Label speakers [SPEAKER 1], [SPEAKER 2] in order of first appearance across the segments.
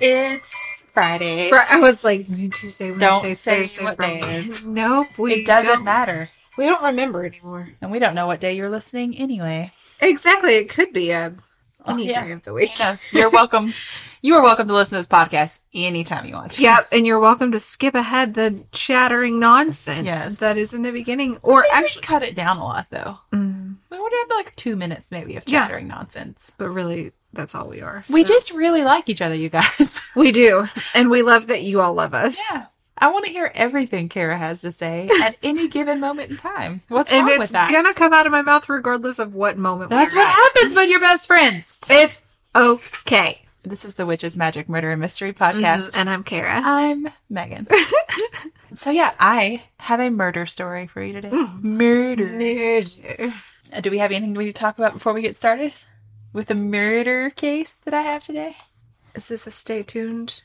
[SPEAKER 1] It's Friday.
[SPEAKER 2] Fri- I was like Tuesday, Wednesday,
[SPEAKER 1] Don't say
[SPEAKER 2] Thursday,
[SPEAKER 1] what day
[SPEAKER 2] Friday.
[SPEAKER 1] it is.
[SPEAKER 2] Nope, we
[SPEAKER 1] it doesn't
[SPEAKER 2] don't,
[SPEAKER 1] matter.
[SPEAKER 2] We don't remember anymore.
[SPEAKER 1] And we don't know what day you're listening anyway.
[SPEAKER 2] Exactly. It could be a any
[SPEAKER 1] Oh, yeah.
[SPEAKER 2] day of the week.
[SPEAKER 1] Who knows? You're welcome. you are welcome to listen to this podcast anytime you want to.
[SPEAKER 2] Yep, and you're welcome to skip ahead the chattering nonsense
[SPEAKER 1] Yes.
[SPEAKER 2] that is in the beginning, or
[SPEAKER 1] I
[SPEAKER 2] actually,
[SPEAKER 1] actually cut it down a lot though.
[SPEAKER 2] Mm,
[SPEAKER 1] We were down to like two minutes maybe of
[SPEAKER 2] Yeah.
[SPEAKER 1] chattering nonsense.
[SPEAKER 2] but really, that's all we are.
[SPEAKER 1] We
[SPEAKER 2] so-
[SPEAKER 1] just really like each other, you guys.
[SPEAKER 2] we do, and we love that you all love us.
[SPEAKER 1] I want to hear everything Kara has to say at any given moment in time. What's
[SPEAKER 2] and
[SPEAKER 1] wrong
[SPEAKER 2] it's
[SPEAKER 1] with that?
[SPEAKER 2] gonna come out of my mouth regardless of what moment.
[SPEAKER 1] That's
[SPEAKER 2] we're
[SPEAKER 1] what
[SPEAKER 2] at.
[SPEAKER 1] happens when you're best friends.
[SPEAKER 2] It's okay.
[SPEAKER 1] This is the Witches Magic Murder and Mystery podcast.
[SPEAKER 2] and I'm Kara.
[SPEAKER 1] I'm Megan. so yeah, I have a murder story for you today.
[SPEAKER 2] Mm.
[SPEAKER 1] Murder.
[SPEAKER 2] Murder.
[SPEAKER 1] Uh, Do we have anything we need to talk about before we get started with the murder case that I have today?
[SPEAKER 2] Is this a stay tuned?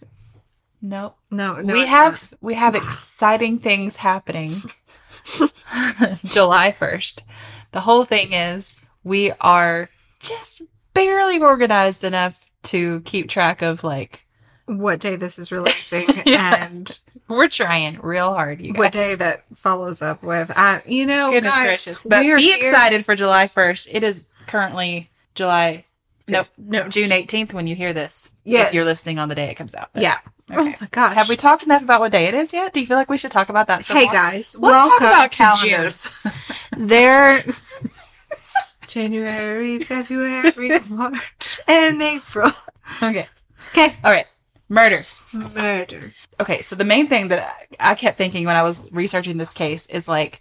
[SPEAKER 1] Nope.
[SPEAKER 2] No, no
[SPEAKER 1] we
[SPEAKER 2] it's
[SPEAKER 1] have we have exciting things happening July 1st. The whole thing is we are just barely organized enough to keep track of like
[SPEAKER 2] not. what day this is releasing
[SPEAKER 1] Yeah.
[SPEAKER 2] and
[SPEAKER 1] we're trying real hard you guys.
[SPEAKER 2] what day that follows up with. I, you know,
[SPEAKER 1] Goodness
[SPEAKER 2] Oh, guys,
[SPEAKER 1] gracious. But
[SPEAKER 2] we are
[SPEAKER 1] be
[SPEAKER 2] here.
[SPEAKER 1] excited for July 1st. It is currently July Nope.
[SPEAKER 2] No.
[SPEAKER 1] June 18th when you hear this.
[SPEAKER 2] Yes.
[SPEAKER 1] If you're listening on the day it comes out. But
[SPEAKER 2] Yeah.
[SPEAKER 1] Okay.
[SPEAKER 2] Oh my gosh.
[SPEAKER 1] Have we talked enough about what day it is yet? Do you feel like we should talk about that some
[SPEAKER 2] hey
[SPEAKER 1] more?
[SPEAKER 2] guys,
[SPEAKER 1] Let's
[SPEAKER 2] welcome
[SPEAKER 1] talk about
[SPEAKER 2] to
[SPEAKER 1] calendars.
[SPEAKER 2] June. There, January, February, March, and April.
[SPEAKER 1] okay.
[SPEAKER 2] Okay,
[SPEAKER 1] All right. Murder.
[SPEAKER 2] murder.
[SPEAKER 1] Okay, so the main thing that I I kept thinking when I was researching this case is like,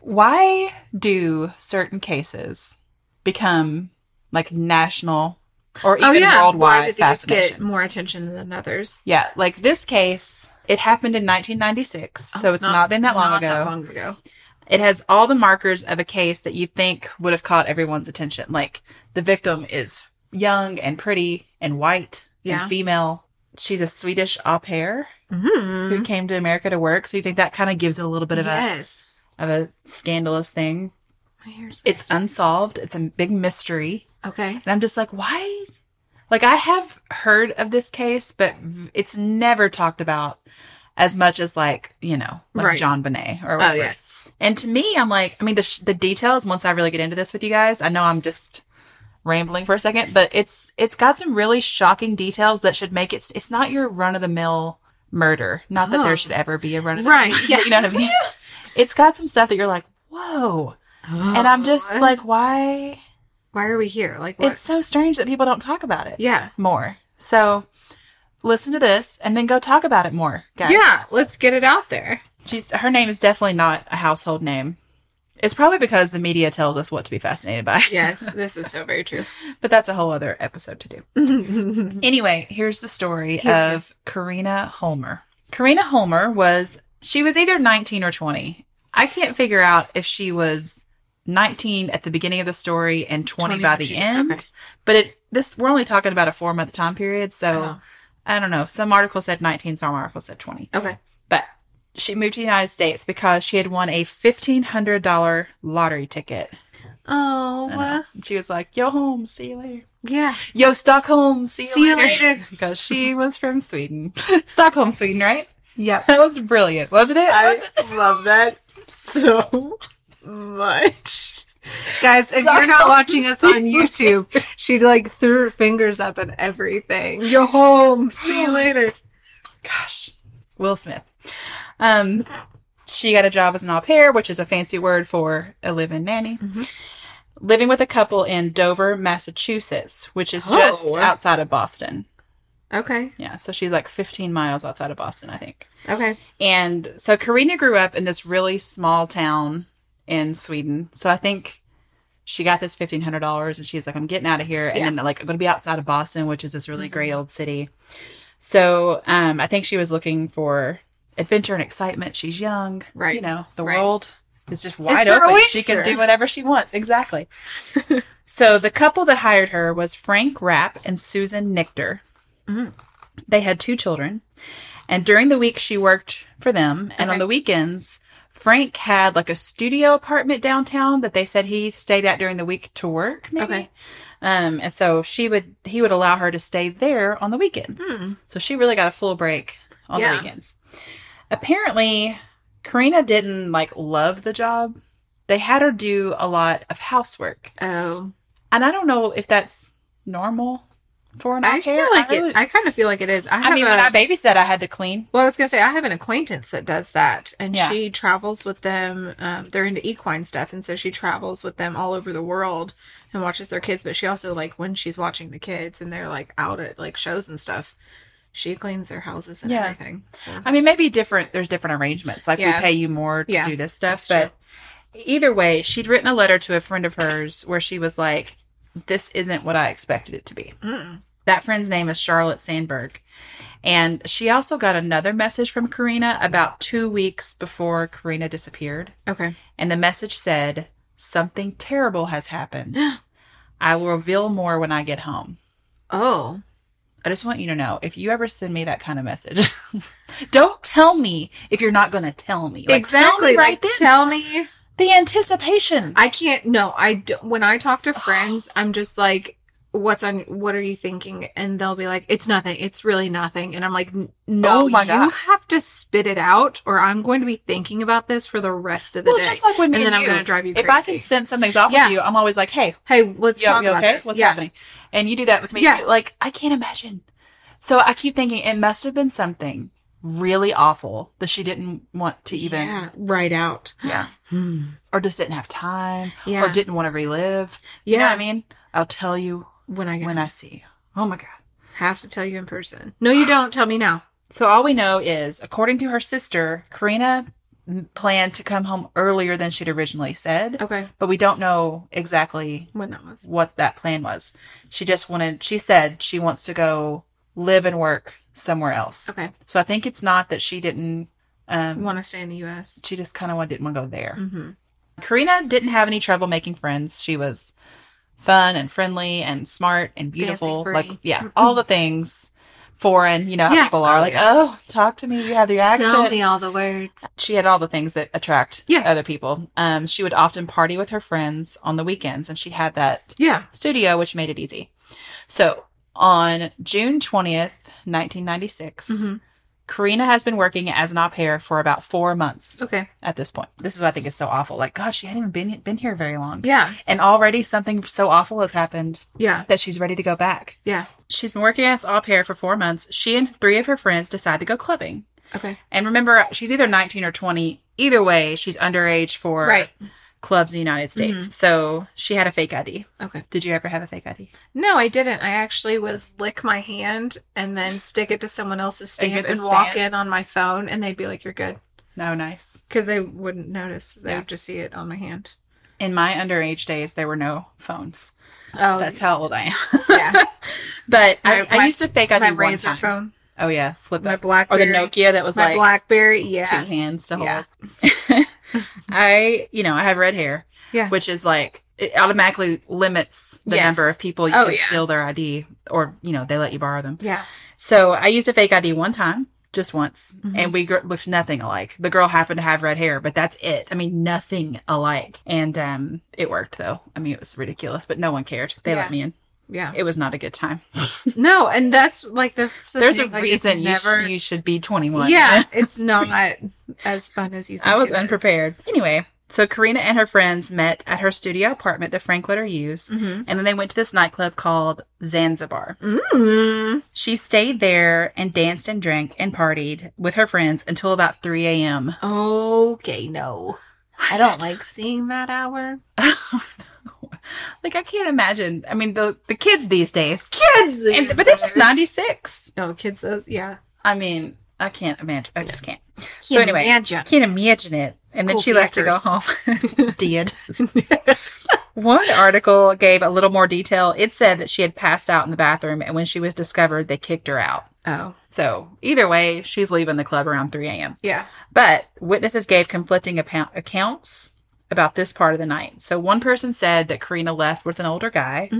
[SPEAKER 1] why do certain cases become like national or even
[SPEAKER 2] Oh, Why
[SPEAKER 1] worldwide
[SPEAKER 2] did these get
[SPEAKER 1] fascinations?
[SPEAKER 2] more attention than others?
[SPEAKER 1] yeah, like this case, it happened in 1996, so it's not, been that long
[SPEAKER 2] not
[SPEAKER 1] ago.
[SPEAKER 2] That long ago.
[SPEAKER 1] It has all the markers of a case that you think would have caught everyone's attention. Like the victim is young and pretty and white
[SPEAKER 2] Yeah.
[SPEAKER 1] and female. She's a Swedish au pair
[SPEAKER 2] Mm-hmm.
[SPEAKER 1] who came to America to work. So you think that kind of gives it a little bit of
[SPEAKER 2] yes.
[SPEAKER 1] a of a scandalous thing.
[SPEAKER 2] My ears-
[SPEAKER 1] It's unsolved. It's a big mystery.
[SPEAKER 2] okay.
[SPEAKER 1] And I'm just like, why? Like, I have heard of this case, but v- it's never talked about as much as, like, you know, like
[SPEAKER 2] Right. Oh,
[SPEAKER 1] John Bonet or whatever.
[SPEAKER 2] yeah.
[SPEAKER 1] And to me, I'm like, I mean, the, sh- the details, once I really get into this with you guys, I know I'm just rambling for a second, but it's, it's got some really shocking details that should make it, it's not your run of the mill murder. Not that
[SPEAKER 2] Oh.
[SPEAKER 1] there should ever be a run of the
[SPEAKER 2] Right,
[SPEAKER 1] Yeah. you know what I mean? It's got some stuff that you're like, whoa. And I'm
[SPEAKER 2] Oh.
[SPEAKER 1] just like, why?
[SPEAKER 2] Why are we here? Like, what?
[SPEAKER 1] It's so strange that people don't talk about it
[SPEAKER 2] yeah.
[SPEAKER 1] more. So listen to this and then go talk about it more, guys.
[SPEAKER 2] Yeah, let's get it out there.
[SPEAKER 1] She's her name is definitely not a household name. It's probably because the media tells us what to be fascinated by.
[SPEAKER 2] Yes, this is so very true.
[SPEAKER 1] But that's a whole other episode to do. anyway, here's the story of Karina Holmer. Karina Holmer was she was either 19 or 20. I can't figure out if she was 19 at the beginning of the story and 20,
[SPEAKER 2] 20
[SPEAKER 1] by
[SPEAKER 2] when
[SPEAKER 1] the
[SPEAKER 2] she's-
[SPEAKER 1] end.
[SPEAKER 2] okay.
[SPEAKER 1] But it this we're only talking about a 4 month time period, so
[SPEAKER 2] Oh.
[SPEAKER 1] I don't know. Some article said 19, some article said 20.
[SPEAKER 2] Okay.
[SPEAKER 1] But she moved to the United States because she had won a $1500 lottery ticket.
[SPEAKER 2] Oh, uh,
[SPEAKER 1] She was like, "Yo home, see you later."
[SPEAKER 2] yeah.
[SPEAKER 1] Yo, Stockholm. See you
[SPEAKER 2] See you
[SPEAKER 1] later.
[SPEAKER 2] later.
[SPEAKER 1] because she was from Sweden. Stockholm, Sweden, right?
[SPEAKER 2] Yep.
[SPEAKER 1] That was brilliant, wasn't it? Was it?
[SPEAKER 2] love that so much. Guys, if
[SPEAKER 1] Stop.
[SPEAKER 2] you're not watching us on YouTube, she like threw her fingers up and everything. You're home. See you later.
[SPEAKER 1] Gosh, Will Smith. Um, she got a job as an au pair, which is a fancy word for a live-in nanny.
[SPEAKER 2] Mm-hmm.
[SPEAKER 1] Living with a couple in Dover, Massachusetts, which is just
[SPEAKER 2] Oh.
[SPEAKER 1] outside of Boston.
[SPEAKER 2] Okay.
[SPEAKER 1] Yeah, so she's like 15 miles outside of Boston, I think.
[SPEAKER 2] Okay.
[SPEAKER 1] And so Karina grew up in this really small town in Sweden. So I think she got this fifteen hundred dollars, and she's like, "I'm getting out of here," and then like I'm going to be outside of Boston, which is this really
[SPEAKER 2] Mm-hmm.
[SPEAKER 1] great old city. So um, I think she was looking for adventure and excitement. She's young,
[SPEAKER 2] Right.
[SPEAKER 1] You know, the
[SPEAKER 2] Right.
[SPEAKER 1] world is just wide
[SPEAKER 2] her
[SPEAKER 1] open. She can
[SPEAKER 2] oyster.
[SPEAKER 1] do whatever she wants. Exactly. so the couple that hired her was Frank Rapp and Susan Nichter. They had two children. And during the week, she worked for them. And on
[SPEAKER 2] Okay.
[SPEAKER 1] the weekends, Frank had like a studio apartment downtown that they said he stayed at during the week to work, maybe.
[SPEAKER 2] Okay.
[SPEAKER 1] Um, and so she would he would allow her to stay there on the weekends. So she really got a full break on
[SPEAKER 2] Hmm. Yeah.
[SPEAKER 1] the weekends. Apparently, Karina didn't like love the job. They had her do a lot of housework.
[SPEAKER 2] Oh,
[SPEAKER 1] And I don't know if that's normal for an au
[SPEAKER 2] I
[SPEAKER 1] pair.
[SPEAKER 2] feel like
[SPEAKER 1] really-
[SPEAKER 2] it. I kind of feel like it is. I have
[SPEAKER 1] I mean,
[SPEAKER 2] a,
[SPEAKER 1] when I babysat, I had to clean.
[SPEAKER 2] well, I was gonna say I have an acquaintance that does that, and
[SPEAKER 1] Yeah.
[SPEAKER 2] she travels with them. Um, they're into equine stuff, and so she travels with them all over the world and watches their kids. But she also like when she's watching the kids and they're like out at like shows and stuff, she cleans their houses and
[SPEAKER 1] Yeah.
[SPEAKER 2] everything. So.
[SPEAKER 1] I mean, maybe different. There's different arrangements. Like
[SPEAKER 2] Yeah.
[SPEAKER 1] we pay you more to
[SPEAKER 2] Yeah,
[SPEAKER 1] do this stuff.
[SPEAKER 2] that's
[SPEAKER 1] But either way, she'd written a letter to a friend of hers where she was like, "This isn't what I expected it to be." That friend's name is Charlotte Sandberg, and she also got another message from Karina about two weeks before Karina disappeared.
[SPEAKER 2] Okay.
[SPEAKER 1] And the message said, "Something terrible has happened. I will reveal more when I get home."
[SPEAKER 2] Oh,
[SPEAKER 1] I just want you to know if you ever send me that kind of message, don't tell me if you're not going to tell me. Like, tell me
[SPEAKER 2] exactly.
[SPEAKER 1] right
[SPEAKER 2] like,
[SPEAKER 1] then.
[SPEAKER 2] tell me.
[SPEAKER 1] the anticipation.
[SPEAKER 2] I can't. No, I. d- When I talk to friends, I'm just like, "What's on? What are you thinking?" And they'll be like, "It's nothing. It's really nothing." And I'm like, "N- "No,
[SPEAKER 1] Oh my
[SPEAKER 2] you
[SPEAKER 1] God.
[SPEAKER 2] have to spit it out, or I'm going to be thinking about this for the rest of the
[SPEAKER 1] well,
[SPEAKER 2] day."
[SPEAKER 1] just like when me
[SPEAKER 2] and
[SPEAKER 1] and,
[SPEAKER 2] then I'm
[SPEAKER 1] you,
[SPEAKER 2] going to drive you crazy.
[SPEAKER 1] If I can sense something's off
[SPEAKER 2] Yeah.
[SPEAKER 1] with you, I'm always like, "Hey,
[SPEAKER 2] hey, let's
[SPEAKER 1] you,
[SPEAKER 2] talk
[SPEAKER 1] you
[SPEAKER 2] about
[SPEAKER 1] okay?
[SPEAKER 2] this.
[SPEAKER 1] What's
[SPEAKER 2] Yeah.
[SPEAKER 1] happening?" And you do that with me
[SPEAKER 2] Yeah.
[SPEAKER 1] too. Like, I can't imagine. So I keep thinking it must have been something really awful that she didn't want to even,
[SPEAKER 2] Yeah, right out.
[SPEAKER 1] yeah, or just didn't have time,
[SPEAKER 2] Yeah.
[SPEAKER 1] or didn't want to relive. You know
[SPEAKER 2] Yeah.
[SPEAKER 1] what I mean, I'll tell you
[SPEAKER 2] When I
[SPEAKER 1] when I see you. Oh my god.
[SPEAKER 2] have to tell you in person. No, you don't. Tell me now.
[SPEAKER 1] So all we know is, according to her sister, Karina m- planned to come home earlier than she'd originally said.
[SPEAKER 2] Okay.
[SPEAKER 1] But we don't know exactly
[SPEAKER 2] When that was.
[SPEAKER 1] what that plan was. She just wanted, she said she wants to go live and work somewhere else.
[SPEAKER 2] Okay.
[SPEAKER 1] So I think it's not that she didn't, um,
[SPEAKER 2] Want to stay in the U.S.
[SPEAKER 1] she just kind of didn't want to go there.
[SPEAKER 2] Mm-hmm.
[SPEAKER 1] Karina didn't have any trouble making friends. She was fun and friendly and smart and beautiful.
[SPEAKER 2] Fancy-free.
[SPEAKER 1] Like, yeah, all the things foreign, you know, how
[SPEAKER 2] Mm-hmm. Yeah.
[SPEAKER 1] people are like, oh, talk to me. You have your accent
[SPEAKER 2] all the words.
[SPEAKER 1] she had all the things that attract
[SPEAKER 2] Yeah.
[SPEAKER 1] other people. Um, she would often party with her friends on the weekends, and she had that
[SPEAKER 2] Yeah.
[SPEAKER 1] studio, which made it easy. So on June 20th, 1996,
[SPEAKER 2] Mm-hmm.
[SPEAKER 1] Karina has been working as an au pair for about four months
[SPEAKER 2] Okay.
[SPEAKER 1] at this point. This is what I think is so awful. Like, gosh, she hadn't even been, been here very long.
[SPEAKER 2] Yeah.
[SPEAKER 1] And already something so awful has happened
[SPEAKER 2] Yeah.
[SPEAKER 1] that she's ready to go back.
[SPEAKER 2] Yeah.
[SPEAKER 1] She's been working as au pair for four months. She and three of her friends decide to go clubbing.
[SPEAKER 2] Okay.
[SPEAKER 1] And remember, she's either 19 or 20. Either way, she's underage for
[SPEAKER 2] Right.
[SPEAKER 1] clubs in the United States. So she had a fake ID.
[SPEAKER 2] Okay.
[SPEAKER 1] Did you ever have a fake ID?
[SPEAKER 2] No, I didn't. I actually would lick my hand and then stick it to someone else's
[SPEAKER 1] And
[SPEAKER 2] stamp
[SPEAKER 1] get
[SPEAKER 2] and,
[SPEAKER 1] the
[SPEAKER 2] walk
[SPEAKER 1] stamp.
[SPEAKER 2] in on my phone, and they'd be like, "You're good,"
[SPEAKER 1] No, nice.
[SPEAKER 2] because they wouldn't notice. They
[SPEAKER 1] Yeah.
[SPEAKER 2] would just see it on my hand.
[SPEAKER 1] In my underage days, there were no phones.
[SPEAKER 2] Oh,
[SPEAKER 1] That's how old I am.
[SPEAKER 2] yeah.
[SPEAKER 1] but I,
[SPEAKER 2] My-
[SPEAKER 1] I used a fake ID
[SPEAKER 2] my
[SPEAKER 1] one
[SPEAKER 2] razor
[SPEAKER 1] time.
[SPEAKER 2] phone,
[SPEAKER 1] Oh yeah, flip
[SPEAKER 2] my
[SPEAKER 1] it.
[SPEAKER 2] BlackBerry,
[SPEAKER 1] Or the Nokia that was
[SPEAKER 2] my
[SPEAKER 1] like
[SPEAKER 2] BlackBerry. Yeah,
[SPEAKER 1] two hands to hold.
[SPEAKER 2] Yeah.
[SPEAKER 1] I, you know, I have red hair,
[SPEAKER 2] yeah.
[SPEAKER 1] which is like it automatically limits the
[SPEAKER 2] Yes.
[SPEAKER 1] number of people you
[SPEAKER 2] Oh,
[SPEAKER 1] can
[SPEAKER 2] yeah.
[SPEAKER 1] steal their ID, or you know, they let you borrow them.
[SPEAKER 2] yeah.
[SPEAKER 1] So I used a fake ID one time, just once,
[SPEAKER 2] Mm-hmm.
[SPEAKER 1] and we gr- looked nothing alike. The girl happened to have red hair, but that's it. I mean, nothing alike. And um, it worked though. I mean, it was ridiculous, but no one cared. They
[SPEAKER 2] Yeah.
[SPEAKER 1] let me in.
[SPEAKER 2] Yeah.
[SPEAKER 1] It was not a good time.
[SPEAKER 2] No, and that's like the, that's the
[SPEAKER 1] There's a
[SPEAKER 2] thing, like, it's
[SPEAKER 1] reason you, sh-
[SPEAKER 2] never.
[SPEAKER 1] you should be 21.
[SPEAKER 2] yeah, it's not as fun as you. think
[SPEAKER 1] I was
[SPEAKER 2] it is.
[SPEAKER 1] unprepared. Anyway, so Karina and her friends met at her studio apartment that Frank let her use,
[SPEAKER 2] Mm-hmm.
[SPEAKER 1] and then they went to this nightclub called Zanzibar.
[SPEAKER 2] Mm.
[SPEAKER 1] She stayed there and danced and drank and partied with her friends until about 3 a.m.
[SPEAKER 2] Okay, no. I don't like seeing that hour.
[SPEAKER 1] Like I can't imagine. I mean, the the kids these days.
[SPEAKER 2] Kids,
[SPEAKER 1] And, but this was ninety six.
[SPEAKER 2] No, kids, those, yeah.
[SPEAKER 1] I mean, I can't imagine. I just can't. so anyway,
[SPEAKER 2] imagine.
[SPEAKER 1] can't imagine it. And then
[SPEAKER 2] Cool
[SPEAKER 1] she left to go
[SPEAKER 2] theaters.
[SPEAKER 1] home. Did. One article gave a little more detail. It said that she had passed out in the bathroom, and when she was discovered, they kicked her out.
[SPEAKER 2] Oh,
[SPEAKER 1] So either way, she's leaving the club around three a.m.
[SPEAKER 2] yeah.
[SPEAKER 1] But witnesses gave conflicting appo- accounts about this part of the night. So one person said that Karina left with an older guy.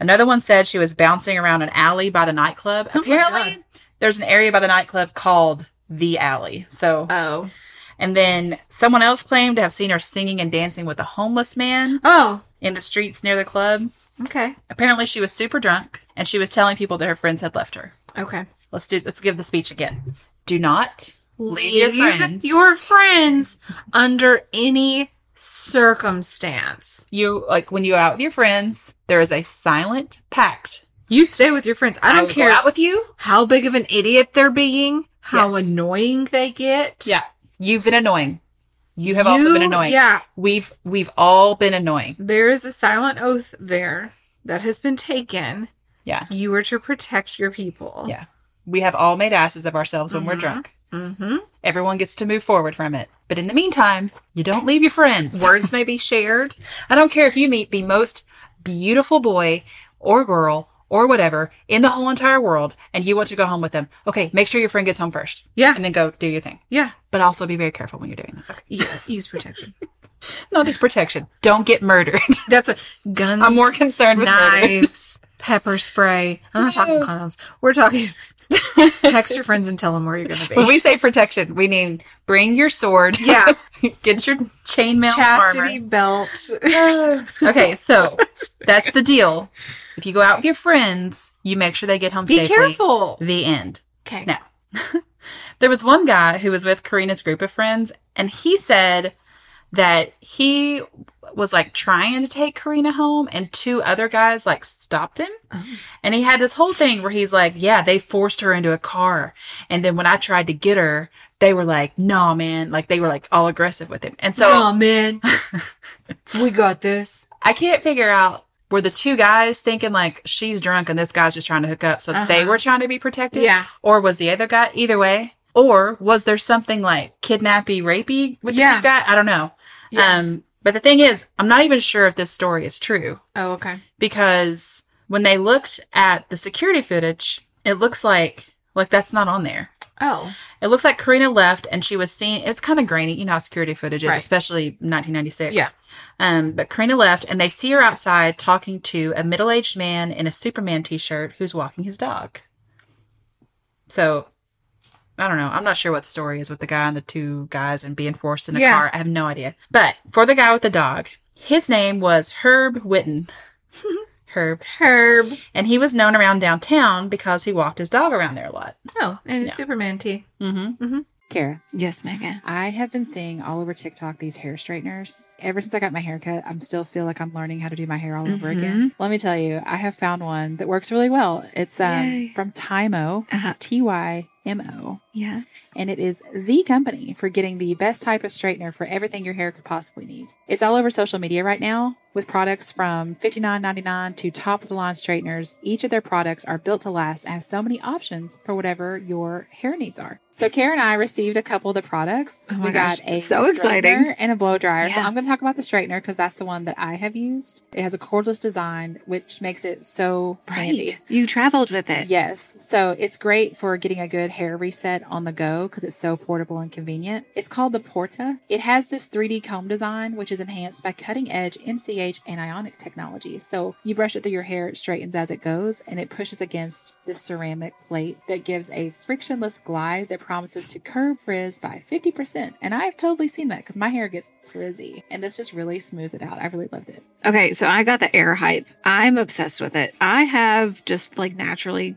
[SPEAKER 1] Another one said she was bouncing around an alley by the nightclub.
[SPEAKER 2] my
[SPEAKER 1] Apparently, there's an area by the nightclub called the alley. So
[SPEAKER 2] Oh,
[SPEAKER 1] And then someone else claimed to have seen her singing and dancing with a homeless man
[SPEAKER 2] Oh,
[SPEAKER 1] in the streets near the club.
[SPEAKER 2] okay.
[SPEAKER 1] Apparently, she was super drunk and she was telling people that her friends had left her.
[SPEAKER 2] Okay.
[SPEAKER 1] Let's do. Let's give the speech again. Do not leave your friends.
[SPEAKER 2] your friends under any circumstance.
[SPEAKER 1] you like when you're out with your friends. There is a silent pact.
[SPEAKER 2] You stay with your friends. I
[SPEAKER 1] I
[SPEAKER 2] don't
[SPEAKER 1] will
[SPEAKER 2] care
[SPEAKER 1] go out with you.
[SPEAKER 2] how big of an idiot they're being, how
[SPEAKER 1] Yes.
[SPEAKER 2] annoying they get.
[SPEAKER 1] Yeah, you've been annoying. You have also
[SPEAKER 2] You-
[SPEAKER 1] been annoying.
[SPEAKER 2] yeah.
[SPEAKER 1] we've we've all been annoying.
[SPEAKER 2] There is a silent oath there that has been taken.
[SPEAKER 1] Yeah,
[SPEAKER 2] You are to protect your people.
[SPEAKER 1] yeah. We have all made asses of ourselves when we're drunk.
[SPEAKER 2] Mm-hmm.
[SPEAKER 1] Everyone gets to move forward from it. But in the meantime, you don't leave your friends.
[SPEAKER 2] Words may be shared.
[SPEAKER 1] I don't care if you meet the most beautiful boy or girl or whatever in the whole entire world and you want to go home with them. Okay, make sure your friend gets home first.
[SPEAKER 2] Yeah.
[SPEAKER 1] And then go do your thing.
[SPEAKER 2] Yeah.
[SPEAKER 1] But also be very careful when you're doing that.
[SPEAKER 2] yeah. Use protection.
[SPEAKER 1] Not just protection. Don't get murdered.
[SPEAKER 2] That's a guns.
[SPEAKER 1] I'm more concerned with murder.
[SPEAKER 2] knives, pepper spray. I'm not talking condoms. We're talking text your friends and tell them where you're going to
[SPEAKER 1] When
[SPEAKER 2] be.
[SPEAKER 1] we say protection, we mean bring your sword.
[SPEAKER 2] Yeah.
[SPEAKER 1] get your chainmail
[SPEAKER 2] Chastity belt.
[SPEAKER 1] armor. okay, so that's the deal. If you go out with your friends, you make sure they get home
[SPEAKER 2] Be
[SPEAKER 1] safely.
[SPEAKER 2] careful.
[SPEAKER 1] The end.
[SPEAKER 2] Okay.
[SPEAKER 1] Now, there was one guy who was with Karina's group of friends, and he said that he was like trying to take Karina home, and two other guys like stopped him. And he had this whole thing where he's like, Yeah, they forced her into a car. And then when I tried to get her, they were like, Nah, man. Like they were like all aggressive with him. And so
[SPEAKER 2] Oh, man. we got this.
[SPEAKER 1] I can't figure out. Were the two guys thinking like she's drunk and this guy's just trying to hook up, so they were trying to be protected?
[SPEAKER 2] Uh-huh. Yeah.
[SPEAKER 1] Or was the other guy either way? Or was there something like kidnappy, rapey with the
[SPEAKER 2] Yeah.
[SPEAKER 1] two guys? I don't know.
[SPEAKER 2] Yeah.
[SPEAKER 1] Um, but the thing is, I'm not even sure if this story is true
[SPEAKER 2] Oh, okay.
[SPEAKER 1] because when they looked at the security footage, it looks like like that's not on there.
[SPEAKER 2] Oh.
[SPEAKER 1] It looks like Karina left and she was seen. It's kind of grainy, you know, how security footage is,
[SPEAKER 2] Right.
[SPEAKER 1] especially 1996.
[SPEAKER 2] Yeah.
[SPEAKER 1] Um, but Karina left and they see her outside talking to a middle aged man in a Superman t shirt who's walking his dog. So I don't know. I'm not sure what the story is with the guy and the two guys and being forced in a
[SPEAKER 2] Yeah.
[SPEAKER 1] car. I have no idea. But for the guy with the dog, his name was Herb Witten. Herb.
[SPEAKER 2] Herb.
[SPEAKER 1] And he was known around downtown because he walked his dog around there a lot. Mm-hmm.
[SPEAKER 2] Oh, and a Superman tee. Mm-hmm.
[SPEAKER 3] Kara,
[SPEAKER 2] Yes, Megan.
[SPEAKER 3] I have been seeing all over TikTok these hair straighteners. Ever since I got my haircut, I'm still feel like I'm learning how to do my hair all over again. Let me tell you, I have found one that works really well. It's um,
[SPEAKER 2] Yay.
[SPEAKER 3] from Tymo,
[SPEAKER 2] Uh-huh.
[SPEAKER 3] T Y M O,
[SPEAKER 2] Yes.
[SPEAKER 3] and it is the company for getting the best type of straightener for everything your hair could possibly need. It's all over social media right now with products from $59.99 to top of the line straighteners. Each of their products are built to last and have so many options for whatever your hair needs are. So Kara and I received a couple of the products.
[SPEAKER 2] Oh my
[SPEAKER 3] we
[SPEAKER 2] gosh,
[SPEAKER 3] got a
[SPEAKER 2] so exciting.
[SPEAKER 3] straightener and a blow dryer. So
[SPEAKER 2] Yeah.
[SPEAKER 3] I'm going to talk about the straightener because that's the one that I have used. It has a cordless design, which makes it so handy.
[SPEAKER 2] You traveled with it.
[SPEAKER 3] Yes. So it's great for getting a good hair reset on the go because it's so portable and convenient. It's called the Porta. It has this 3D comb design, which is enhanced by cutting edge MCH anionic technology. So you brush it through your hair, it straightens as it goes, and it pushes against this ceramic plate that gives a frictionless glide that promises to curb frizz by 50%. And I've totally seen that because my hair gets frizzy, and this just really smooths it out. I really loved it.
[SPEAKER 2] Okay, so I got the air hype. I'm obsessed with it. I have just like naturally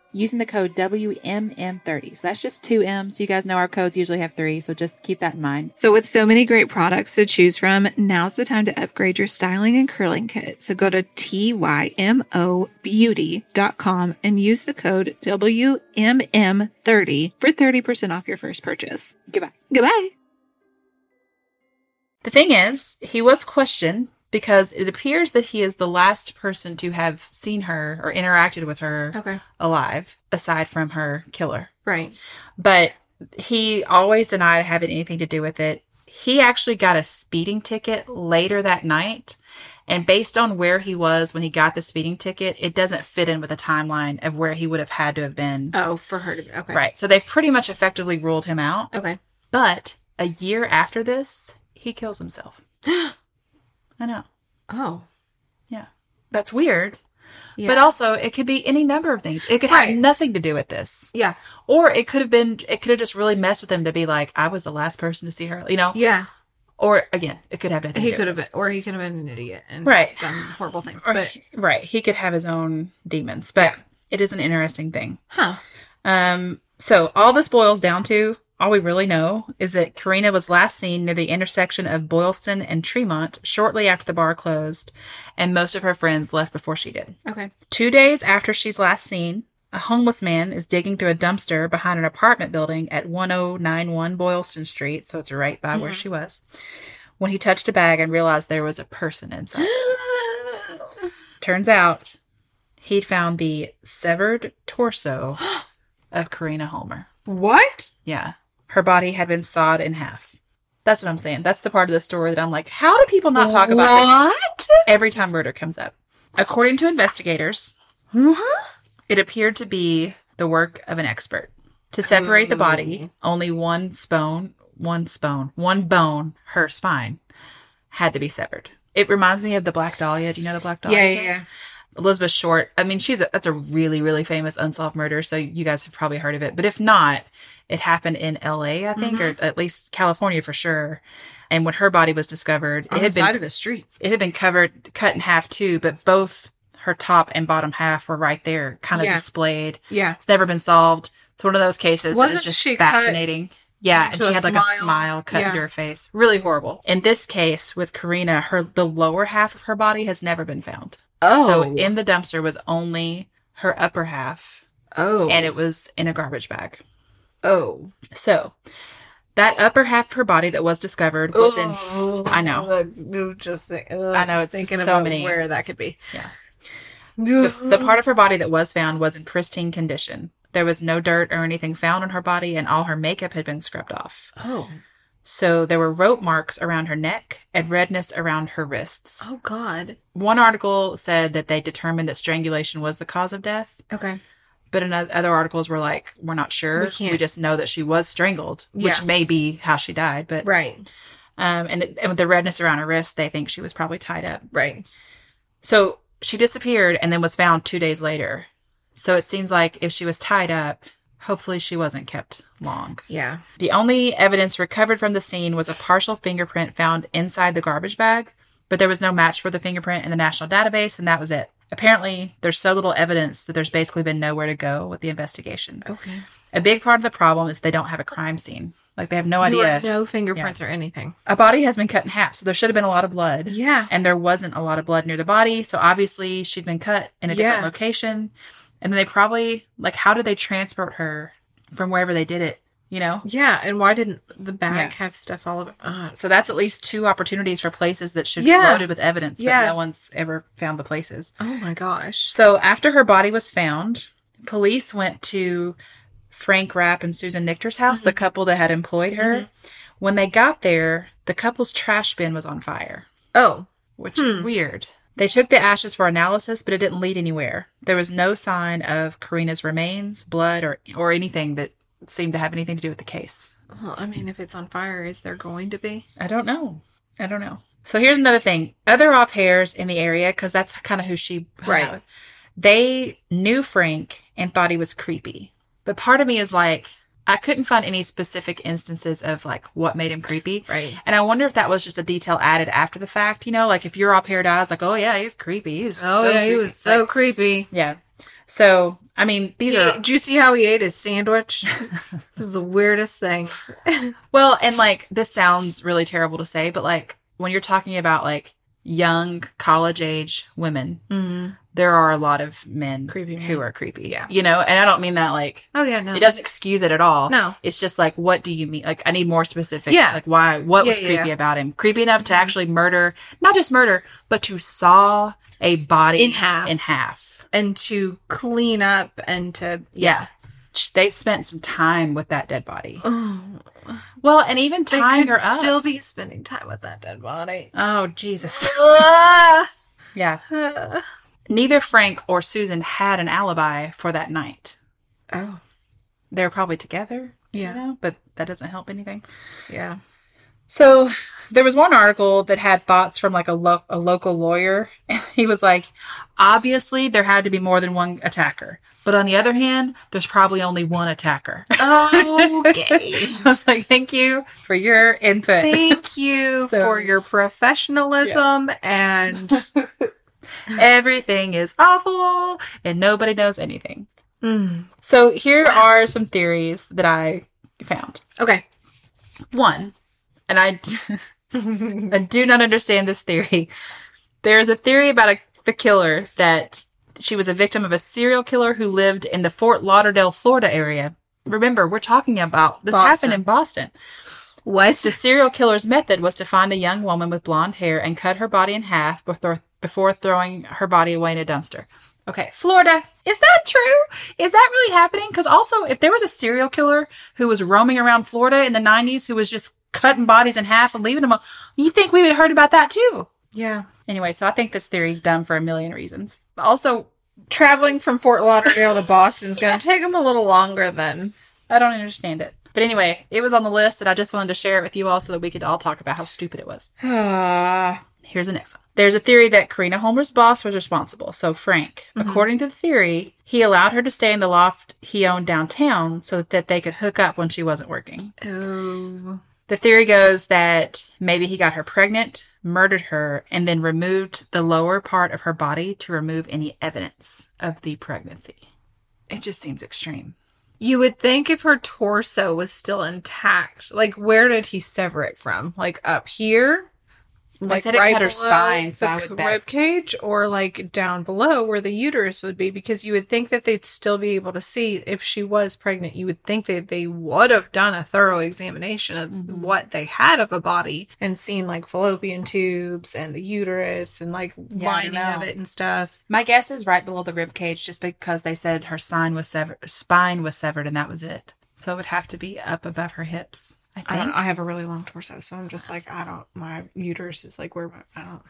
[SPEAKER 3] using the code WMM30. So that's just two M's. So you guys know our codes usually have three. So just keep that in mind.
[SPEAKER 2] So, with so many great products to choose from, now's the time to upgrade your styling and curling kit. So, go to TYMOBeauty.com and use the code WMM30 for 30% off your first purchase.
[SPEAKER 3] Goodbye.
[SPEAKER 2] Goodbye.
[SPEAKER 1] The thing is, he was questioned because it appears that he is the last person to have seen her or interacted with her
[SPEAKER 2] Okay.
[SPEAKER 1] alive, aside from her killer.
[SPEAKER 2] Right.
[SPEAKER 1] But he always denied having anything to do with it. He actually got a speeding ticket later that night. And based on where he was when he got the speeding ticket, it doesn't fit in with the timeline of where he would have had to have been.
[SPEAKER 2] Oh, for her to. Okay.
[SPEAKER 1] Right. So they've pretty much effectively ruled him out.
[SPEAKER 2] Okay.
[SPEAKER 1] But a year after this, he kills himself. I know.
[SPEAKER 2] Oh.
[SPEAKER 1] Yeah. That's weird.
[SPEAKER 2] Yeah.
[SPEAKER 1] But also, it could be any number of things. It could
[SPEAKER 2] Right.
[SPEAKER 1] have nothing to do with this.
[SPEAKER 2] yeah.
[SPEAKER 1] Or it could have been, it could have just really messed with him to be like, I was the last person to see her, you know?
[SPEAKER 2] Yeah.
[SPEAKER 1] Or again, it could have nothing
[SPEAKER 2] He
[SPEAKER 1] to do
[SPEAKER 2] could have
[SPEAKER 1] with
[SPEAKER 2] been,
[SPEAKER 1] this.
[SPEAKER 2] or he could have been an idiot and
[SPEAKER 1] Right.
[SPEAKER 2] done horrible things.
[SPEAKER 1] Or-
[SPEAKER 2] But
[SPEAKER 1] right. He could have his own demons, but it is an interesting thing.
[SPEAKER 2] huh.
[SPEAKER 1] Um, so all this boils down to, all we really know is that Karina was last seen near the intersection of Boylston and Tremont shortly after the bar closed, and most of her friends left before she did.
[SPEAKER 2] Okay.
[SPEAKER 1] Two days after she's last seen, a homeless man is digging through a dumpster behind an apartment building at 1091 Boylston Street, so it's right by where she was, when he touched a bag and realized there was a person inside. Turns out he'd found the severed torso of Karina Homer.
[SPEAKER 2] What?
[SPEAKER 1] Yeah. Her body had been sawed in half. That's what I'm saying. That's the part of the story that I'm like, how do people not talk about this?
[SPEAKER 2] What?
[SPEAKER 1] every time murder comes up. According to investigators, it appeared to be the work of an expert. To separate the body, only one spone, one spone, one bone, her spine, had to be severed. It reminds me of the Black Dahlia. Do you know the Black Dahlia?
[SPEAKER 2] Yeah, yeah,
[SPEAKER 1] case?
[SPEAKER 2] yeah.
[SPEAKER 1] Elizabeth Short. I mean, she's a, that's a really, really famous unsolved murder. So you guys have probably heard of it. But if not, it happened in L.A. I think,
[SPEAKER 2] Mm-hmm.
[SPEAKER 1] or at least California for sure. And when her body was discovered, it
[SPEAKER 2] On the
[SPEAKER 1] had been
[SPEAKER 2] side of a street.
[SPEAKER 1] it had been covered cut in half too but both her top and bottom half were right there kind of
[SPEAKER 2] Yeah.
[SPEAKER 1] displayed
[SPEAKER 2] Yeah.
[SPEAKER 1] it's never been solved it's one of those cases that is
[SPEAKER 2] Wasn't
[SPEAKER 1] just
[SPEAKER 2] she cut
[SPEAKER 1] fascinating yeah and
[SPEAKER 2] to
[SPEAKER 1] she
[SPEAKER 2] a
[SPEAKER 1] had like a
[SPEAKER 2] smile?
[SPEAKER 1] smile cut
[SPEAKER 2] Yeah.
[SPEAKER 1] into her face really horrible in this case with karina her the lower half of her body has never been found so
[SPEAKER 2] Oh.
[SPEAKER 1] in the dumpster was only her upper half
[SPEAKER 2] oh.
[SPEAKER 1] and it was in a garbage bag
[SPEAKER 2] oh.
[SPEAKER 1] so that upper half of her body that was discovered was in i know
[SPEAKER 2] Just uh,
[SPEAKER 1] I know, it's
[SPEAKER 2] thinking
[SPEAKER 1] so
[SPEAKER 2] about
[SPEAKER 1] many.
[SPEAKER 2] where that could be.
[SPEAKER 1] Yeah. The, the part of her body that was found was in pristine condition. There was no dirt or anything found on her body, and all her makeup had been scrubbed off.
[SPEAKER 2] oh.
[SPEAKER 1] So there were rope marks around her neck and redness around her wrists.
[SPEAKER 2] Oh God.
[SPEAKER 1] One article said that they determined that strangulation was the cause of death,
[SPEAKER 2] Okay.
[SPEAKER 1] but in oth- other articles were like, we're not sure.
[SPEAKER 2] We can't-
[SPEAKER 1] just know that she was strangled, which
[SPEAKER 2] Yeah.
[SPEAKER 1] may be how she died. But
[SPEAKER 2] Right.
[SPEAKER 1] um, and, it, and with the redness around her wrists, they think she was probably tied up.
[SPEAKER 2] Right.
[SPEAKER 1] So she disappeared and then was found two days later. So it seems like if she was tied up, hopefully she wasn't kept long.
[SPEAKER 2] Yeah.
[SPEAKER 1] The only evidence recovered from the scene was a partial fingerprint found inside the garbage bag, but there was no match for the fingerprint in the national database, and that was it. Apparently, there's so little evidence that there's basically been nowhere to go with the investigation.
[SPEAKER 2] Okay.
[SPEAKER 1] A big part of the problem is they don't have a crime scene. Like, they have no
[SPEAKER 2] There were
[SPEAKER 1] idea.
[SPEAKER 2] No fingerprints or anything.
[SPEAKER 1] a body has been cut in half, so there should have been a lot of blood.
[SPEAKER 2] Yeah.
[SPEAKER 1] And there wasn't a lot of blood near the body, so obviously she'd been cut in a different
[SPEAKER 2] Yeah.
[SPEAKER 1] location. And then they probably like how did they transport her from wherever they did it, you know?
[SPEAKER 2] Yeah. And why didn't the bag
[SPEAKER 1] Yeah.
[SPEAKER 2] have stuff all over? Uh,
[SPEAKER 1] So that's at least two opportunities for places that should be
[SPEAKER 2] Yeah.
[SPEAKER 1] loaded with evidence, but
[SPEAKER 2] Yeah.
[SPEAKER 1] no one's ever found the places.
[SPEAKER 2] oh my gosh.
[SPEAKER 1] So after her body was found, police went to Frank Rapp and Susan Nichter's house,
[SPEAKER 2] Mm-hmm.
[SPEAKER 1] the couple that had employed her. When they got there, the couple's trash bin was on fire.
[SPEAKER 2] Oh.
[SPEAKER 1] which is weird. They took the ashes for analysis, but it didn't lead anywhere. There was no sign of Karina's remains, blood, or or anything that seemed to have anything to do with the case.
[SPEAKER 2] Well, I mean, if it's on fire, is there going to be?
[SPEAKER 1] I don't know. I don't know. So here's another thing: other au pairs in the area, because that's kind of who she hung out
[SPEAKER 2] Right.
[SPEAKER 1] with, They knew Frank and thought he was creepy. But part of me is like, I couldn't find any specific instances of like what made him creepy.
[SPEAKER 2] Right.
[SPEAKER 1] And I wonder if that was just a detail added after the fact. You know, like if your au pair dies, like, oh yeah, he's creepy. He's
[SPEAKER 2] Oh,
[SPEAKER 1] so creepy." Like,
[SPEAKER 2] creepy.
[SPEAKER 1] Yeah. So, I mean, these
[SPEAKER 2] He-
[SPEAKER 1] are
[SPEAKER 2] do you see how he ate his sandwich? this is the weirdest thing.
[SPEAKER 1] well, and like this sounds really terrible to say, but like when you're talking about like young college age women, there are a lot of men
[SPEAKER 2] Mm-hmm. Creepy
[SPEAKER 1] who
[SPEAKER 2] men.
[SPEAKER 1] are creepy.
[SPEAKER 2] Yeah.
[SPEAKER 1] You know, and I don't mean that like
[SPEAKER 2] Oh yeah, no.
[SPEAKER 1] it doesn't excuse it at all.
[SPEAKER 2] No.
[SPEAKER 1] It's just like what do you mean? Like I need more specific.
[SPEAKER 2] Yeah.
[SPEAKER 1] Like why what
[SPEAKER 2] Yeah,
[SPEAKER 1] was
[SPEAKER 2] yeah,
[SPEAKER 1] creepy
[SPEAKER 2] yeah. Mm-hmm.
[SPEAKER 1] about him? Creepy enough to actually murder not just murder, but to saw a body
[SPEAKER 2] In half.
[SPEAKER 1] In half.
[SPEAKER 2] And to clean up and to
[SPEAKER 1] Yeah. They spent some time with that dead body. Well, and even
[SPEAKER 2] they
[SPEAKER 1] tying
[SPEAKER 2] could
[SPEAKER 1] her up.
[SPEAKER 2] still be spending time with that dead body.
[SPEAKER 1] oh Jesus.
[SPEAKER 2] Ah!
[SPEAKER 1] Yeah. Neither Frank or Susan had an alibi for that night.
[SPEAKER 2] oh
[SPEAKER 1] They're probably together,
[SPEAKER 2] Yeah.
[SPEAKER 1] you know, but that doesn't help anything.
[SPEAKER 2] yeah.
[SPEAKER 1] So there was one article that had thoughts from like a, lo- a local lawyer. he was like, obviously there had to be more than one attacker. But on the other hand, there's probably only one attacker.
[SPEAKER 2] Okay.
[SPEAKER 1] I was like, thank you for your input.
[SPEAKER 2] Thank you
[SPEAKER 1] So-
[SPEAKER 2] for your professionalism and
[SPEAKER 1] Everything is awful and nobody knows anything. So here are some theories that I found.
[SPEAKER 2] okay.
[SPEAKER 1] One, and I, I do not understand this theory. There is a theory about a, the killer that she was a victim of a serial killer who lived in the Fort Lauderdale, Florida area. Remember, we're talking about this
[SPEAKER 2] Boston.
[SPEAKER 1] happened in Boston.
[SPEAKER 2] What?
[SPEAKER 1] The serial killer's method was to find a young woman with blonde hair and cut her body in half before, before throwing her body away in a dumpster. Okay, Florida, is that true? Is that really happening? Because also, if there was a serial killer who was roaming around Florida in the 90s who was just cutting bodies in half and leaving them, al- you think we would have heard about that too.
[SPEAKER 2] Yeah.
[SPEAKER 1] Anyway, so I think this theory's dumb for a million reasons. Also,
[SPEAKER 2] Traveling from Fort Lauderdale to Boston is going to take them a little longer than.
[SPEAKER 1] I don't understand it. But anyway, it was on the list and I just wanted to share it with you all so that we could all talk about how stupid it was. Here's the next one. There's a theory that Karina Holmer's boss was responsible. So Frank,
[SPEAKER 2] Mm-hmm.
[SPEAKER 1] according to the theory, he allowed her to stay in the loft he owned downtown so that they could hook up when she wasn't working.
[SPEAKER 2] oh.
[SPEAKER 1] The theory goes that maybe he got her pregnant, murdered her, and then removed the lower part of her body to remove any evidence of the pregnancy. It just seems extreme.
[SPEAKER 2] You would think if her torso was still intact, like where did he sever it from? Like up here? Like
[SPEAKER 1] said it cut her
[SPEAKER 2] below
[SPEAKER 1] spine, so
[SPEAKER 2] the
[SPEAKER 1] I would
[SPEAKER 2] c-
[SPEAKER 1] bet.
[SPEAKER 2] rib cage, or like down below where the uterus would be, because you would think that they'd still be able to see if she was pregnant. You would think that they would have done a thorough examination of what they had of a body and seen like fallopian tubes and the uterus and like
[SPEAKER 1] I
[SPEAKER 2] lining
[SPEAKER 1] don't
[SPEAKER 2] of
[SPEAKER 1] know.
[SPEAKER 2] it and stuff.
[SPEAKER 1] My guess is right below the rib cage, just because they said her sign was severed, spine was severed, and that was it. So it would have to be up above her hips. I think.
[SPEAKER 2] I don't. I have a really long torso, so I'm just like I don't. My uterus is like where my I don't.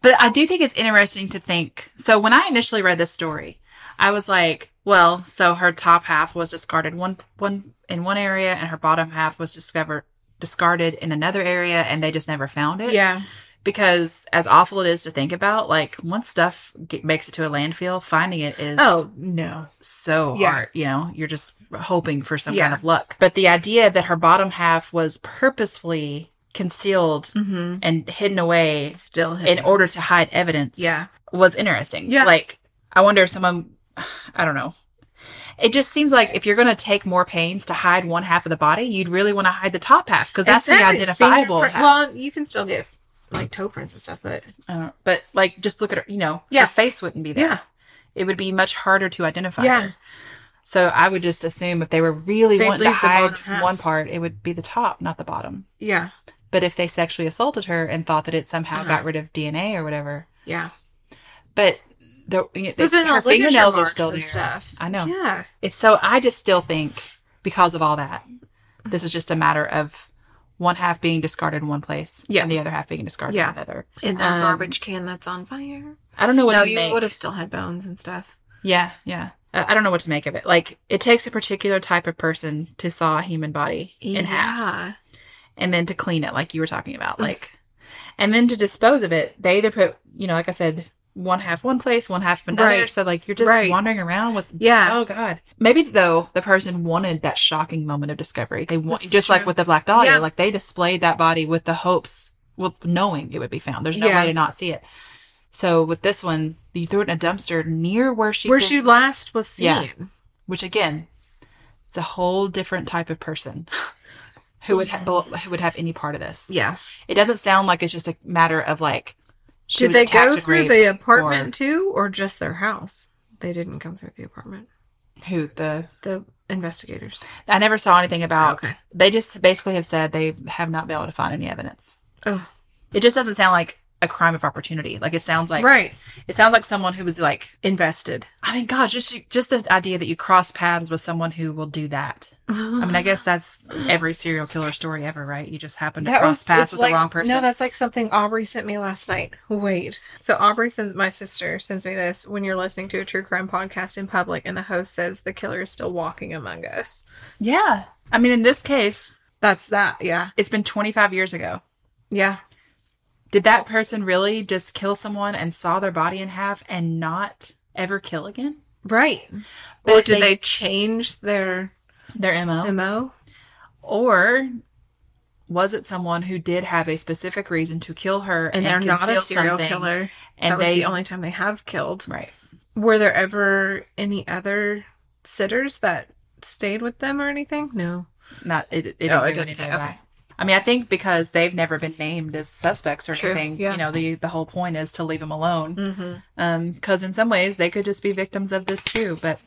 [SPEAKER 1] But I do think it's interesting to think. So when I initially read this story, I was like, well, so her top half was discarded one one in one area and her bottom half was discovered discarded in another area and they just never found it.
[SPEAKER 2] Yeah.
[SPEAKER 1] Because as awful it is to think about, like once stuff ge- makes it to a landfill, finding it is
[SPEAKER 2] Oh. no.
[SPEAKER 1] so
[SPEAKER 2] Yeah.
[SPEAKER 1] hard. You know, you're just hoping for some kind
[SPEAKER 2] Yeah.
[SPEAKER 1] of luck. But the idea that her bottom half was purposefully concealed and hidden away
[SPEAKER 2] Mm-hmm. Still
[SPEAKER 1] in order to hide evidence
[SPEAKER 2] Yeah.
[SPEAKER 1] was interesting.
[SPEAKER 2] Yeah.
[SPEAKER 1] Like, I wonder if someone, I don't know. It just seems like if you're going to take more pains to hide one half of the body, you'd really want to hide the top half because that's the identifiable half.
[SPEAKER 2] Well, you can still get like toe prints and stuff, but
[SPEAKER 1] I don't- but like, just look at her, you know,
[SPEAKER 2] Yeah.
[SPEAKER 1] her face wouldn't be there.
[SPEAKER 2] Yeah.
[SPEAKER 1] It would be much harder to identify
[SPEAKER 2] Yeah.
[SPEAKER 1] her. So I would just assume if they were really
[SPEAKER 2] They'd
[SPEAKER 1] wanting to
[SPEAKER 2] leave the
[SPEAKER 1] hide
[SPEAKER 2] bottom half.
[SPEAKER 1] one part, it would be the top, not the bottom.
[SPEAKER 2] yeah,
[SPEAKER 1] But if they sexually assaulted her and thought that it somehow got rid of DNA or whatever,
[SPEAKER 2] yeah.
[SPEAKER 1] but the, you know,
[SPEAKER 2] There's been
[SPEAKER 1] her
[SPEAKER 2] all ligature
[SPEAKER 1] fingernails are
[SPEAKER 2] marks
[SPEAKER 1] still
[SPEAKER 2] and
[SPEAKER 1] there.
[SPEAKER 2] stuff.
[SPEAKER 1] I know.
[SPEAKER 2] Yeah,
[SPEAKER 1] It's so I just still think because of all that, this is just a matter of one half being discarded in one place
[SPEAKER 2] Yeah.
[SPEAKER 1] and the other half being discarded
[SPEAKER 2] Yeah.
[SPEAKER 1] in another.
[SPEAKER 2] in that garbage can that's on fire.
[SPEAKER 1] I don't know Um, what
[SPEAKER 2] No,
[SPEAKER 1] to
[SPEAKER 2] you
[SPEAKER 1] make.
[SPEAKER 2] would have still had bones and stuff.
[SPEAKER 1] Yeah, yeah. I I don't know what to make of it. Like it takes a particular type of person to saw a human body in half.
[SPEAKER 2] yeah,
[SPEAKER 1] and then to clean it like you were talking about like and then to dispose of it they either put you know like i said one half one place one half another
[SPEAKER 2] Right.
[SPEAKER 1] so like you're just
[SPEAKER 2] Right.
[SPEAKER 1] wandering around with
[SPEAKER 2] Yeah.
[SPEAKER 1] oh god maybe though the person wanted that shocking moment of discovery they want
[SPEAKER 2] This is
[SPEAKER 1] just like
[SPEAKER 2] true.
[SPEAKER 1] with the black dahlia
[SPEAKER 2] Yeah.
[SPEAKER 1] like they displayed that body with the hopes with knowing it would be found there's no
[SPEAKER 2] Yeah.
[SPEAKER 1] way to not see it so with this one you threw it in a dumpster near where she
[SPEAKER 2] where
[SPEAKER 1] thi-
[SPEAKER 2] she last was seen.
[SPEAKER 1] Yeah. which again it's a whole different type of person who would ha- who would have any part of this
[SPEAKER 2] yeah.
[SPEAKER 1] it doesn't sound like it's just a matter of like She
[SPEAKER 2] Did
[SPEAKER 1] was
[SPEAKER 2] they
[SPEAKER 1] attacked
[SPEAKER 2] go
[SPEAKER 1] and
[SPEAKER 2] through
[SPEAKER 1] raped,
[SPEAKER 2] the
[SPEAKER 1] or-
[SPEAKER 2] apartment too, or just their house? They didn't come through the apartment.
[SPEAKER 1] who the
[SPEAKER 2] The investigators.
[SPEAKER 1] I never saw anything about.
[SPEAKER 2] Okay.
[SPEAKER 1] They just basically have said they have not been able to find any evidence.
[SPEAKER 2] Oh,
[SPEAKER 1] It just doesn't sound like a crime of opportunity. Like it sounds like
[SPEAKER 2] right.
[SPEAKER 1] It sounds like someone who was like,
[SPEAKER 2] Invested.
[SPEAKER 1] I mean, God, just just the idea that you cross paths with someone who will do that. I mean, I guess that's every serial killer story ever, right? You just happen to cross paths
[SPEAKER 2] it's
[SPEAKER 1] with
[SPEAKER 2] like,
[SPEAKER 1] the wrong person.
[SPEAKER 2] No, that's like something Aubrey sent me last night. Wait. So Aubrey sends my sister sends me this when you're listening to a true crime podcast in public and the host says the killer is still walking among us.
[SPEAKER 1] yeah, I mean, in this case,
[SPEAKER 2] That's that, yeah.
[SPEAKER 1] it's been 25 years ago.
[SPEAKER 2] Yeah.
[SPEAKER 1] Did that person really just kill someone and saw their body in half and not ever kill again?
[SPEAKER 2] Right.
[SPEAKER 1] But
[SPEAKER 2] or
[SPEAKER 1] if
[SPEAKER 2] did
[SPEAKER 1] they-
[SPEAKER 2] they, change their
[SPEAKER 1] Their mo.
[SPEAKER 2] MO?
[SPEAKER 1] Or was it someone who did have a specific reason to kill her
[SPEAKER 2] And they're not a
[SPEAKER 1] conceal
[SPEAKER 2] serial
[SPEAKER 1] something,
[SPEAKER 2] killer.
[SPEAKER 1] And
[SPEAKER 2] that
[SPEAKER 1] they
[SPEAKER 2] was the only time they have killed.
[SPEAKER 1] right.
[SPEAKER 2] Were there ever any other sitters that stayed with them or anything? No.
[SPEAKER 1] Not it. It, didn't do
[SPEAKER 2] Oh, it didn't
[SPEAKER 1] anything
[SPEAKER 2] say,
[SPEAKER 1] about
[SPEAKER 2] okay.
[SPEAKER 1] it. I mean, I think because they've never been named as suspects or
[SPEAKER 2] True,
[SPEAKER 1] anything.
[SPEAKER 2] yeah. Mm-hmm.
[SPEAKER 1] You know, the the whole point is to leave them alone. Because in some ways they could just be victims of this too. But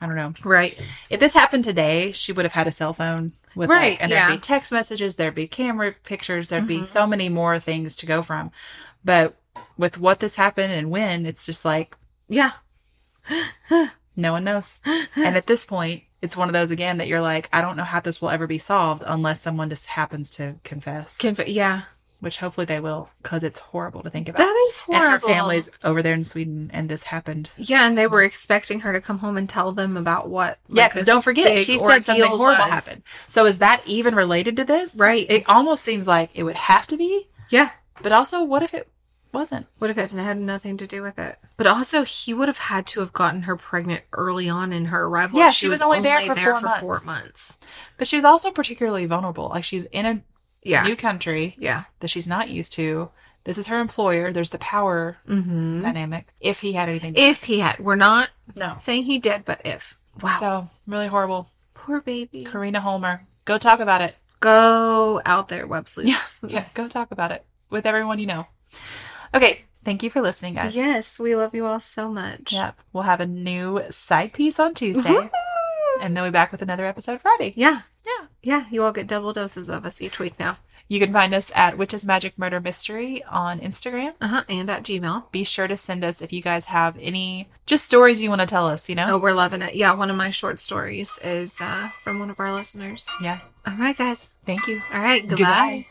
[SPEAKER 1] I don't know.
[SPEAKER 2] Right.
[SPEAKER 1] If this happened today, she would have had a cell phone with right,
[SPEAKER 2] Right,
[SPEAKER 1] and there'd
[SPEAKER 2] yeah. Mm-hmm.
[SPEAKER 1] be text messages, there'd be camera pictures, there'd be so many more things to go from. But with what this happened and when, it's just like
[SPEAKER 2] Yeah.
[SPEAKER 1] no one knows. and at this point, it's one of those again that you're like, I don't know how this will ever be solved unless someone just happens to confess,
[SPEAKER 2] Conf- yeah.
[SPEAKER 1] which hopefully they will, because it's horrible to think about.
[SPEAKER 2] That is horrible.
[SPEAKER 1] And her family's over there in Sweden, and this happened.
[SPEAKER 2] Yeah, and they were expecting her to come home and tell them about what.
[SPEAKER 1] Yeah,
[SPEAKER 2] like,
[SPEAKER 1] because
[SPEAKER 2] this
[SPEAKER 1] don't forget,
[SPEAKER 2] big
[SPEAKER 1] she said something
[SPEAKER 2] ordeal
[SPEAKER 1] horrible
[SPEAKER 2] was.
[SPEAKER 1] happened. So is that even related to this?
[SPEAKER 2] Right.
[SPEAKER 1] It almost seems like it would have to be,
[SPEAKER 2] Yeah.
[SPEAKER 1] but also, what if it wasn't?
[SPEAKER 2] What if it had nothing to do with it? But also, he would have had to have gotten her pregnant early on in her arrival.
[SPEAKER 1] Yeah, she was only there for four months.
[SPEAKER 2] months.
[SPEAKER 1] But she was also particularly vulnerable. Like she's in a
[SPEAKER 2] Yeah.
[SPEAKER 1] new country.
[SPEAKER 2] yeah.
[SPEAKER 1] that she's not used to. This is her employer. There's the power dynamic. If he had anything,
[SPEAKER 2] If he had, we're not
[SPEAKER 1] no.
[SPEAKER 2] saying he did, but if. Wow.
[SPEAKER 1] So really horrible.
[SPEAKER 2] Poor baby.
[SPEAKER 1] Karina Holmer, go talk about it.
[SPEAKER 2] Go out there, web sleuths.
[SPEAKER 1] yeah, go talk about it with everyone you know. Okay, thank you for listening, guys.
[SPEAKER 2] Yes, we love you all so much.
[SPEAKER 1] Yep. We'll have a new side piece on Tuesday, and then we'll be back with another episode Friday.
[SPEAKER 2] Yeah.
[SPEAKER 1] Yeah.
[SPEAKER 2] Yeah. You all get double doses of us each week now.
[SPEAKER 1] You can find us at Witches Magic Murder Mystery on Instagram.
[SPEAKER 2] Uh huh. And at Gmail.
[SPEAKER 1] Be sure to send us if you guys have any just stories you want to tell us. You know.
[SPEAKER 2] Oh, we're loving it. Yeah, one of my short stories is uh, from one of our listeners.
[SPEAKER 1] Yeah.
[SPEAKER 2] All right, guys.
[SPEAKER 1] Thank you.
[SPEAKER 2] All right, goodbye.
[SPEAKER 1] Goodbye.